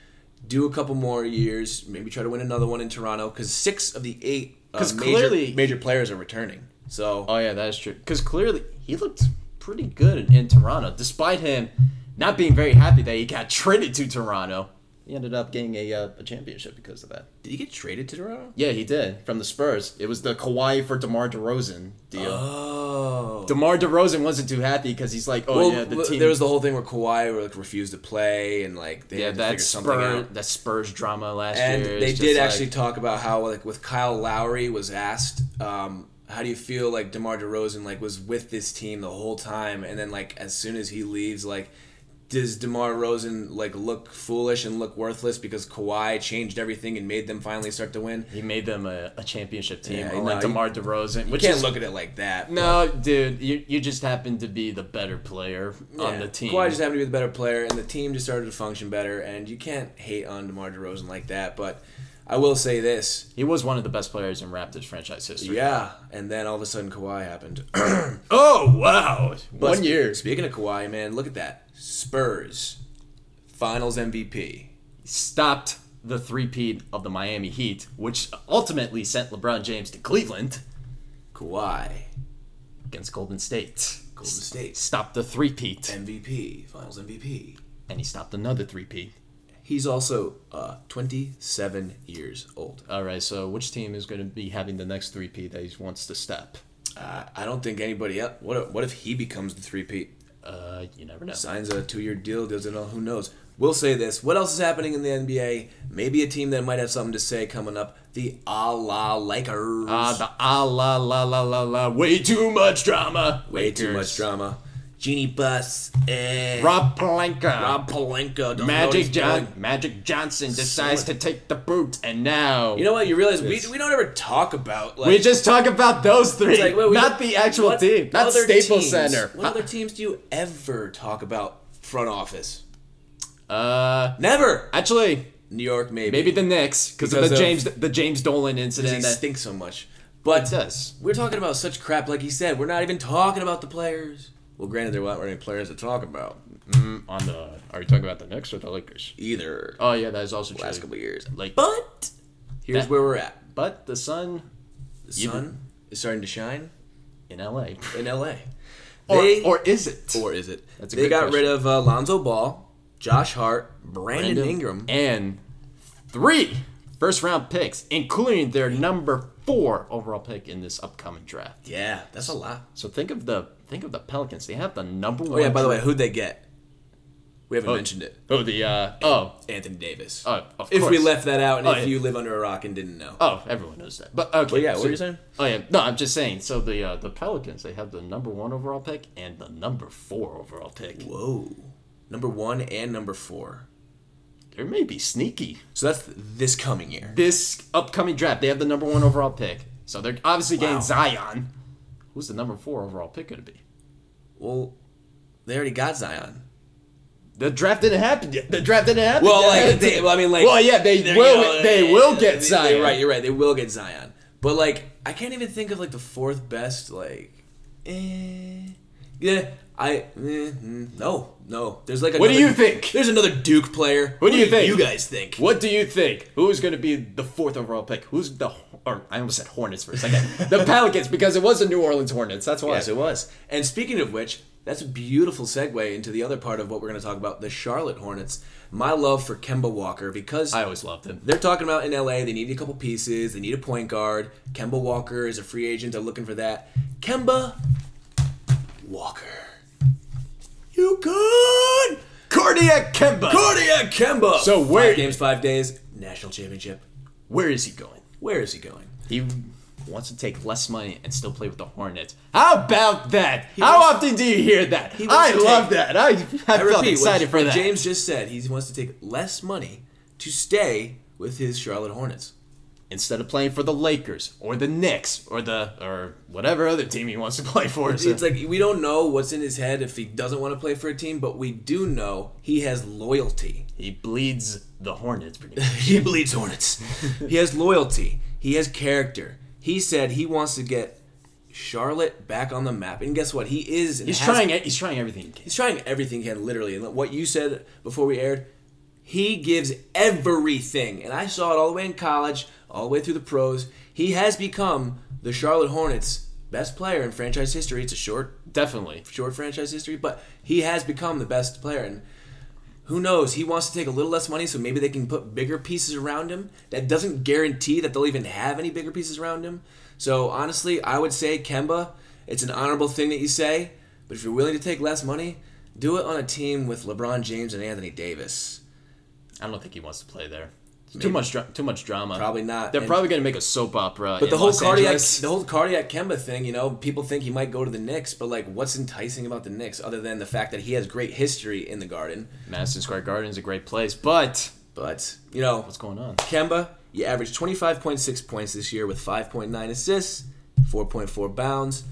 [SPEAKER 2] Do a couple more years, maybe try to win another one in Toronto because six of the eight uh,
[SPEAKER 1] 'Cause
[SPEAKER 2] major,
[SPEAKER 1] clearly-
[SPEAKER 2] major players are returning. So
[SPEAKER 1] oh yeah, that is true. Because clearly, he looked pretty good in, in Toronto, despite him not being very happy that he got traded to Toronto. He ended up getting a, uh, a championship because of that.
[SPEAKER 2] Did he get traded to Toronto?
[SPEAKER 1] Yeah, he did from the Spurs. It was the Kawhi for DeMar DeRozan deal.
[SPEAKER 2] Uh. Oh.
[SPEAKER 1] DeMar DeRozan wasn't too happy because he's like, oh
[SPEAKER 2] well,
[SPEAKER 1] yeah, the
[SPEAKER 2] l-
[SPEAKER 1] team.
[SPEAKER 2] there was the whole thing where Kawhi like refused to play and like they
[SPEAKER 1] yeah,
[SPEAKER 2] had to figure
[SPEAKER 1] that
[SPEAKER 2] something
[SPEAKER 1] Spurs
[SPEAKER 2] out.
[SPEAKER 1] that Spurs drama last
[SPEAKER 2] And
[SPEAKER 1] year. is
[SPEAKER 2] they
[SPEAKER 1] just
[SPEAKER 2] did
[SPEAKER 1] like-
[SPEAKER 2] actually talk about how like with Kyle Lowry was asked, um, how do you feel like DeMar DeRozan like was with this team the whole time, and then like as soon as he leaves, like does DeMar DeRozan like look foolish and look worthless because Kawhi changed everything and made them finally start to win?
[SPEAKER 1] he made them a, a championship team,
[SPEAKER 2] Yeah,
[SPEAKER 1] unlike
[SPEAKER 2] no, you-
[SPEAKER 1] DeMar DeRozan,
[SPEAKER 2] You
[SPEAKER 1] which
[SPEAKER 2] can't
[SPEAKER 1] is
[SPEAKER 2] look at it like that.
[SPEAKER 1] no, dude. You you just happen to be the better player on
[SPEAKER 2] Yeah.
[SPEAKER 1] the team.
[SPEAKER 2] Kawhi just happened to be the better player, and the team just started to function better. And you can't hate on DeMar DeRozan like that. But I will say this,
[SPEAKER 1] he was one of the best players in Raptors franchise history.
[SPEAKER 2] yeah. And then all of a sudden, Kawhi happened.
[SPEAKER 1] Oh wow,
[SPEAKER 2] But
[SPEAKER 1] one
[SPEAKER 2] sp-
[SPEAKER 1] year.
[SPEAKER 2] Speaking of Kawhi, man, look at that. Spurs Finals MVP.
[SPEAKER 1] stopped the three-peat of the Miami Heat, which ultimately sent LeBron James to Cleveland
[SPEAKER 2] Kawhi
[SPEAKER 1] against Golden State.
[SPEAKER 2] Golden State.
[SPEAKER 1] Stopped the three-peat,
[SPEAKER 2] MVP. Finals MVP.
[SPEAKER 1] and he stopped another three-peat.
[SPEAKER 2] He's also uh, 27 years old.
[SPEAKER 1] All right, so which team is going to be having the next three-peat that he wants to step?
[SPEAKER 2] Uh, I don't think anybody else. What if, what if he becomes the three peat?
[SPEAKER 1] Uh, you never know.
[SPEAKER 2] signs a two-year deal, doesn't know who knows. We'll say this: What else is happening in the NBA? Maybe a team that might have something to say coming up: the a la Lakers.
[SPEAKER 1] Ah, the ah la la la la la. Way too much drama.
[SPEAKER 2] Way too much drama. Genie Bus, eh.
[SPEAKER 1] Rob Palenka.
[SPEAKER 2] Rob Palenka, don't know what
[SPEAKER 1] Magic
[SPEAKER 2] he's
[SPEAKER 1] John.
[SPEAKER 2] doing.
[SPEAKER 1] Magic Johnson decides
[SPEAKER 2] Someone-
[SPEAKER 1] to take the boot, and now
[SPEAKER 2] You know what? You realize we,
[SPEAKER 1] Yes.
[SPEAKER 2] we don't ever talk about like
[SPEAKER 1] we just talk about those three,
[SPEAKER 2] it's like, well, we-
[SPEAKER 1] not the actual
[SPEAKER 2] what
[SPEAKER 1] team, not
[SPEAKER 2] other
[SPEAKER 1] Staples
[SPEAKER 2] teams-
[SPEAKER 1] Center.
[SPEAKER 2] What other teams do you ever talk about front office?
[SPEAKER 1] Uh,
[SPEAKER 2] Never.
[SPEAKER 1] actually,
[SPEAKER 2] New York, maybe.
[SPEAKER 1] maybe the Knicks because of
[SPEAKER 2] Because
[SPEAKER 1] the
[SPEAKER 2] of-
[SPEAKER 1] James the James Dolan
[SPEAKER 2] they
[SPEAKER 1] incident. That
[SPEAKER 2] stink so much. But
[SPEAKER 1] does.
[SPEAKER 2] We're talking about such crap, like he said. We're not even talking about the players. Well, granted, there weren't any players to talk about
[SPEAKER 1] On the are you talking about the Knicks or the Lakers?
[SPEAKER 2] either
[SPEAKER 1] Oh yeah, that is also true.
[SPEAKER 2] last couple years.
[SPEAKER 1] Like-
[SPEAKER 2] but here's
[SPEAKER 1] That-
[SPEAKER 2] where we're at.
[SPEAKER 1] But the Sun
[SPEAKER 2] The sun is starting to shine
[SPEAKER 1] in L.A.
[SPEAKER 2] in L.A.
[SPEAKER 1] Or,
[SPEAKER 2] They-
[SPEAKER 1] or is it?
[SPEAKER 2] or is it?
[SPEAKER 1] That's a
[SPEAKER 2] they
[SPEAKER 1] good
[SPEAKER 2] got
[SPEAKER 1] question.
[SPEAKER 2] rid of uh, Lonzo Ball, Josh Hart, Brandon,
[SPEAKER 1] Brandon
[SPEAKER 2] Ingram.
[SPEAKER 1] And three first round picks, including their number four overall pick in this upcoming draft.
[SPEAKER 2] yeah, that's a lot.
[SPEAKER 1] So think of the think of the Pelicans. They have the number one.
[SPEAKER 2] Oh yeah, by the way,
[SPEAKER 1] draft-
[SPEAKER 2] who'd they get? We haven't mentioned it.
[SPEAKER 1] Oh the uh oh
[SPEAKER 2] Anthony Davis.
[SPEAKER 1] oh of
[SPEAKER 2] if we
[SPEAKER 1] course.
[SPEAKER 2] left that out, and
[SPEAKER 1] Oh,
[SPEAKER 2] if
[SPEAKER 1] yeah.
[SPEAKER 2] you live under a rock and didn't know,
[SPEAKER 1] Oh, everyone knows that. But okay.
[SPEAKER 2] Well, yeah, what
[SPEAKER 1] so-
[SPEAKER 2] were you saying?
[SPEAKER 1] Oh yeah, no, I'm just saying. So the uh, the Pelicans, they have the number one overall pick and the number four overall pick.
[SPEAKER 2] whoa, number one and number four.
[SPEAKER 1] They may be sneaky.
[SPEAKER 2] So that's this coming year.
[SPEAKER 1] This upcoming draft, they have the number one overall pick, so they're obviously getting
[SPEAKER 2] Wow.
[SPEAKER 1] Zion. Who's the number four overall pick going to be?
[SPEAKER 2] Well, they already got Zion.
[SPEAKER 1] The draft didn't happen yet. The draft didn't happen.
[SPEAKER 2] Well,
[SPEAKER 1] yet.
[SPEAKER 2] like, they, well, I mean, like,
[SPEAKER 1] well, yeah, they
[SPEAKER 2] they're,
[SPEAKER 1] will.
[SPEAKER 2] you know,
[SPEAKER 1] they will
[SPEAKER 2] they-
[SPEAKER 1] get
[SPEAKER 2] they-
[SPEAKER 1] Zion.
[SPEAKER 2] You're right. You're right. They will get Zion. But like, I can't even think of like the fourth best. Like, eh, yeah, I eh, mm, no, no. The's like,
[SPEAKER 1] What do
[SPEAKER 2] another-
[SPEAKER 1] you think?
[SPEAKER 2] There's another Duke player.
[SPEAKER 1] What do you think?
[SPEAKER 2] You guys think?
[SPEAKER 1] What do you think? Who's going to be the fourth overall pick? Who's the or I almost said Hornets for a second. the Pelicans because it was the New Orleans Hornets. That's why.
[SPEAKER 2] Yes, it was. And speaking of which, that's a beautiful segue into the other part of what we're going to talk about: the Charlotte Hornets. My love for Kemba Walker because
[SPEAKER 1] I always loved him.
[SPEAKER 2] They're talking about in LA, they need a couple pieces, they need a point guard. Kemba Walker is a free agent, they're looking for that. Kemba Walker. You good?
[SPEAKER 1] Cardiac Kemba.
[SPEAKER 2] Cardiac Kemba!
[SPEAKER 1] So where-
[SPEAKER 2] Five games, five days, national championship.
[SPEAKER 1] Where is he going?
[SPEAKER 2] Where is he going?
[SPEAKER 1] He wants to take less money and still play with the Hornets. How about that? How
[SPEAKER 2] wants-
[SPEAKER 1] often do you hear that?
[SPEAKER 2] wants
[SPEAKER 1] I
[SPEAKER 2] to
[SPEAKER 1] love
[SPEAKER 2] take-
[SPEAKER 1] that. I, I,
[SPEAKER 2] I
[SPEAKER 1] felt
[SPEAKER 2] repeat,
[SPEAKER 1] excited
[SPEAKER 2] what,
[SPEAKER 1] for
[SPEAKER 2] what
[SPEAKER 1] that.
[SPEAKER 2] James just said, he wants to take less money to stay with his Charlotte Hornets.
[SPEAKER 1] Instead of playing for the Lakers or the Knicks or the or whatever other team he wants to play for. So-
[SPEAKER 2] It's like we don't know what's in his head if he doesn't want to play for a team, but we do know he has loyalty.
[SPEAKER 1] he bleeds the Hornets pretty much.
[SPEAKER 2] He bleeds Hornets. he has loyalty. He has character. He said he wants to get Charlotte back on the map. And guess what? He is. And
[SPEAKER 1] He's
[SPEAKER 2] has-
[SPEAKER 1] trying e, he's trying everything he can.
[SPEAKER 2] He's trying everything he can, literally. And what you said before we aired, he gives everything. And I saw it all the way in college, all the way through the pros. He has become the Charlotte Hornets' best player in franchise history. It's a short,
[SPEAKER 1] Definitely.
[SPEAKER 2] short franchise history, but he has become the best player. And Who knows? He wants to take a little less money, so maybe they can put bigger pieces around him. That doesn't guarantee that they'll even have any bigger pieces around him. So honestly, I would say Kemba. It's an honorable thing that you say, but if you're willing to take less money, do it on a team with LeBron James and Anthony Davis.
[SPEAKER 1] I don't think he wants to play there. It's
[SPEAKER 2] Maybe.
[SPEAKER 1] Too much, dra- too much drama.
[SPEAKER 2] Probably not.
[SPEAKER 1] They're
[SPEAKER 2] And-
[SPEAKER 1] probably going to make a soap opera.
[SPEAKER 2] But the whole
[SPEAKER 1] Los
[SPEAKER 2] cardiac,
[SPEAKER 1] Angeles.
[SPEAKER 2] the whole cardiac Kemba thing, you know, people think he might go to the Knicks, but like, what's enticing about the Knicks other than the fact that he has great history in the Garden?
[SPEAKER 1] Madison Square Garden is a great place, but
[SPEAKER 2] But you know,
[SPEAKER 1] what's going on?
[SPEAKER 2] Kemba, you averaged twenty five point six points this year with five point nine assists, four point four bounds.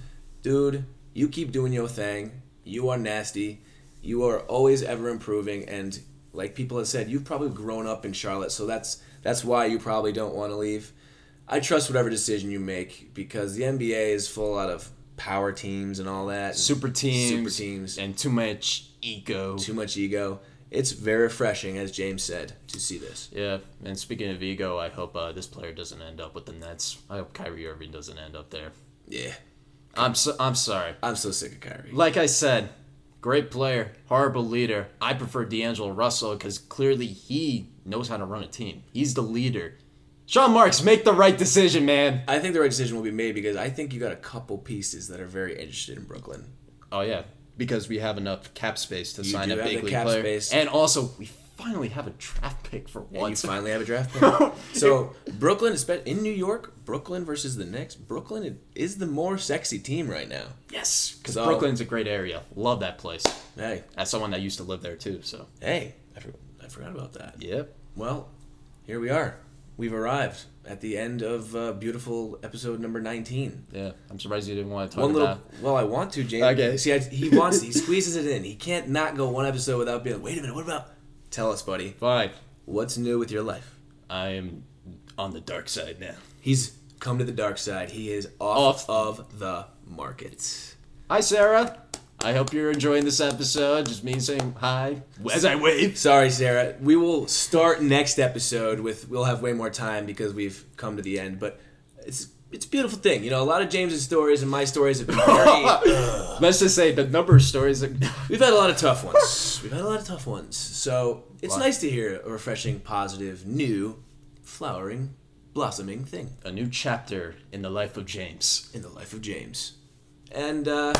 [SPEAKER 2] Dude, you keep doing your thing. You are nasty. You are always ever improving, and like people have said, you've probably grown up in Charlotte, so that's that's why you probably don't want to leave. I trust whatever decision you make because the NBA is full out of power teams and all that.
[SPEAKER 1] Super teams,
[SPEAKER 2] Super teams.
[SPEAKER 1] and too much ego.
[SPEAKER 2] Too much ego. It's very refreshing, as James said, to see this.
[SPEAKER 1] yeah, and speaking of ego, I hope uh, this player doesn't end up with the Nets. I hope Kyrie Irving doesn't end up there.
[SPEAKER 2] Yeah.
[SPEAKER 1] I'm so, I'm sorry.
[SPEAKER 2] I'm so sick of Kyrie.
[SPEAKER 1] Like I said, great player, horrible leader. I prefer D'Angelo Russell because clearly he knows how to run a team. He's the leader. Sean Marks, make the right decision, man.
[SPEAKER 2] I think the right decision will be made because I think you got a couple pieces that are very interested in Brooklyn.
[SPEAKER 1] Oh yeah, because we have enough cap space to sign
[SPEAKER 2] do
[SPEAKER 1] a
[SPEAKER 2] have
[SPEAKER 1] big
[SPEAKER 2] the
[SPEAKER 1] league
[SPEAKER 2] cap
[SPEAKER 1] player,
[SPEAKER 2] space.
[SPEAKER 1] and also we finally have a draft pick for
[SPEAKER 2] And you
[SPEAKER 1] once.
[SPEAKER 2] finally have a draft pick. so Brooklyn, espe- in New York, Brooklyn versus the Knicks. Brooklyn is the more sexy team right now.
[SPEAKER 1] yes, because
[SPEAKER 2] So-
[SPEAKER 1] Brooklyn's a great area. Love that place.
[SPEAKER 2] Hey,
[SPEAKER 1] As someone that used to live there too, so
[SPEAKER 2] hey, I, for- I forgot about that.
[SPEAKER 1] yep.
[SPEAKER 2] Well, here we are. We've arrived at the end of uh, beautiful episode number nineteen.
[SPEAKER 1] Yeah, I'm surprised you didn't want to talk
[SPEAKER 2] One
[SPEAKER 1] about.
[SPEAKER 2] little, well, I want to, James.
[SPEAKER 1] Okay.
[SPEAKER 2] See, I, he wants, he squeezes it in. He can't not go one episode without being. like, Wait a minute, what about? Tell us, buddy,
[SPEAKER 1] Fine,
[SPEAKER 2] what's new with your life?
[SPEAKER 1] I am on the dark side now.
[SPEAKER 2] He's come to the dark side. He is off,
[SPEAKER 1] Off.
[SPEAKER 2] of the market.
[SPEAKER 1] Hi, Sarah. I hope you're enjoying this episode. Just me saying hi as I wave.
[SPEAKER 2] Sorry, Sarah. We will start next episode with we'll have way more time because we've come to the end, but it's it's a beautiful thing. You know, a lot of James's stories and my stories have been very
[SPEAKER 1] Let's just say the number of stories. That,
[SPEAKER 2] We've had a lot of tough ones. We've had a lot of tough ones. So, it's
[SPEAKER 1] Lot.
[SPEAKER 2] nice to hear a refreshing, positive, new, flowering, blossoming thing.
[SPEAKER 1] a new chapter in the life of James.
[SPEAKER 2] in the life of James. And uh,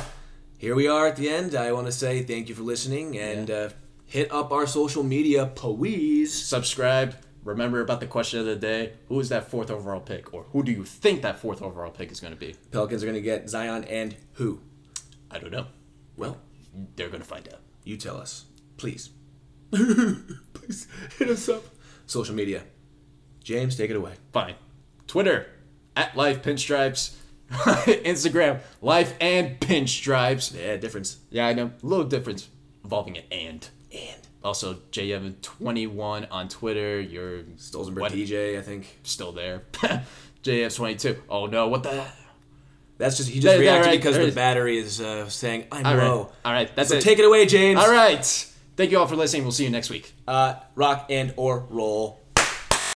[SPEAKER 2] here we are at the end. I want to say thank you for listening and uh, hit up our social media, please.
[SPEAKER 1] subscribe. Remember about the question of the day: Who is that fourth overall pick, or who do you think that fourth overall pick is going to be?
[SPEAKER 2] Pelicans are going to get Zion and who?
[SPEAKER 1] I don't know.
[SPEAKER 2] Well,
[SPEAKER 1] They're going to find out.
[SPEAKER 2] you tell us, please. please hit us up. Social media. James, take it away.
[SPEAKER 1] Fine. Twitter at Life Pinstripes. Instagram Life and Pinstripes.
[SPEAKER 2] Yeah, difference.
[SPEAKER 1] Yeah, I know. Little difference involving an and.
[SPEAKER 2] And
[SPEAKER 1] Also, JM21 on Twitter. You're
[SPEAKER 2] Stolzenberg
[SPEAKER 1] what-
[SPEAKER 2] DJ, I think.
[SPEAKER 1] still there. JF22. Oh no, what the?
[SPEAKER 2] That's just he just
[SPEAKER 1] There- there,
[SPEAKER 2] reacted
[SPEAKER 1] right,
[SPEAKER 2] because
[SPEAKER 1] there
[SPEAKER 2] the
[SPEAKER 1] is-
[SPEAKER 2] battery is uh, saying I'm
[SPEAKER 1] All right,
[SPEAKER 2] low.
[SPEAKER 1] all right, that's
[SPEAKER 2] so
[SPEAKER 1] it.
[SPEAKER 2] take it away, James.
[SPEAKER 1] All right. Thank you all for listening. We'll see you next week.
[SPEAKER 2] Uh, rock and or roll.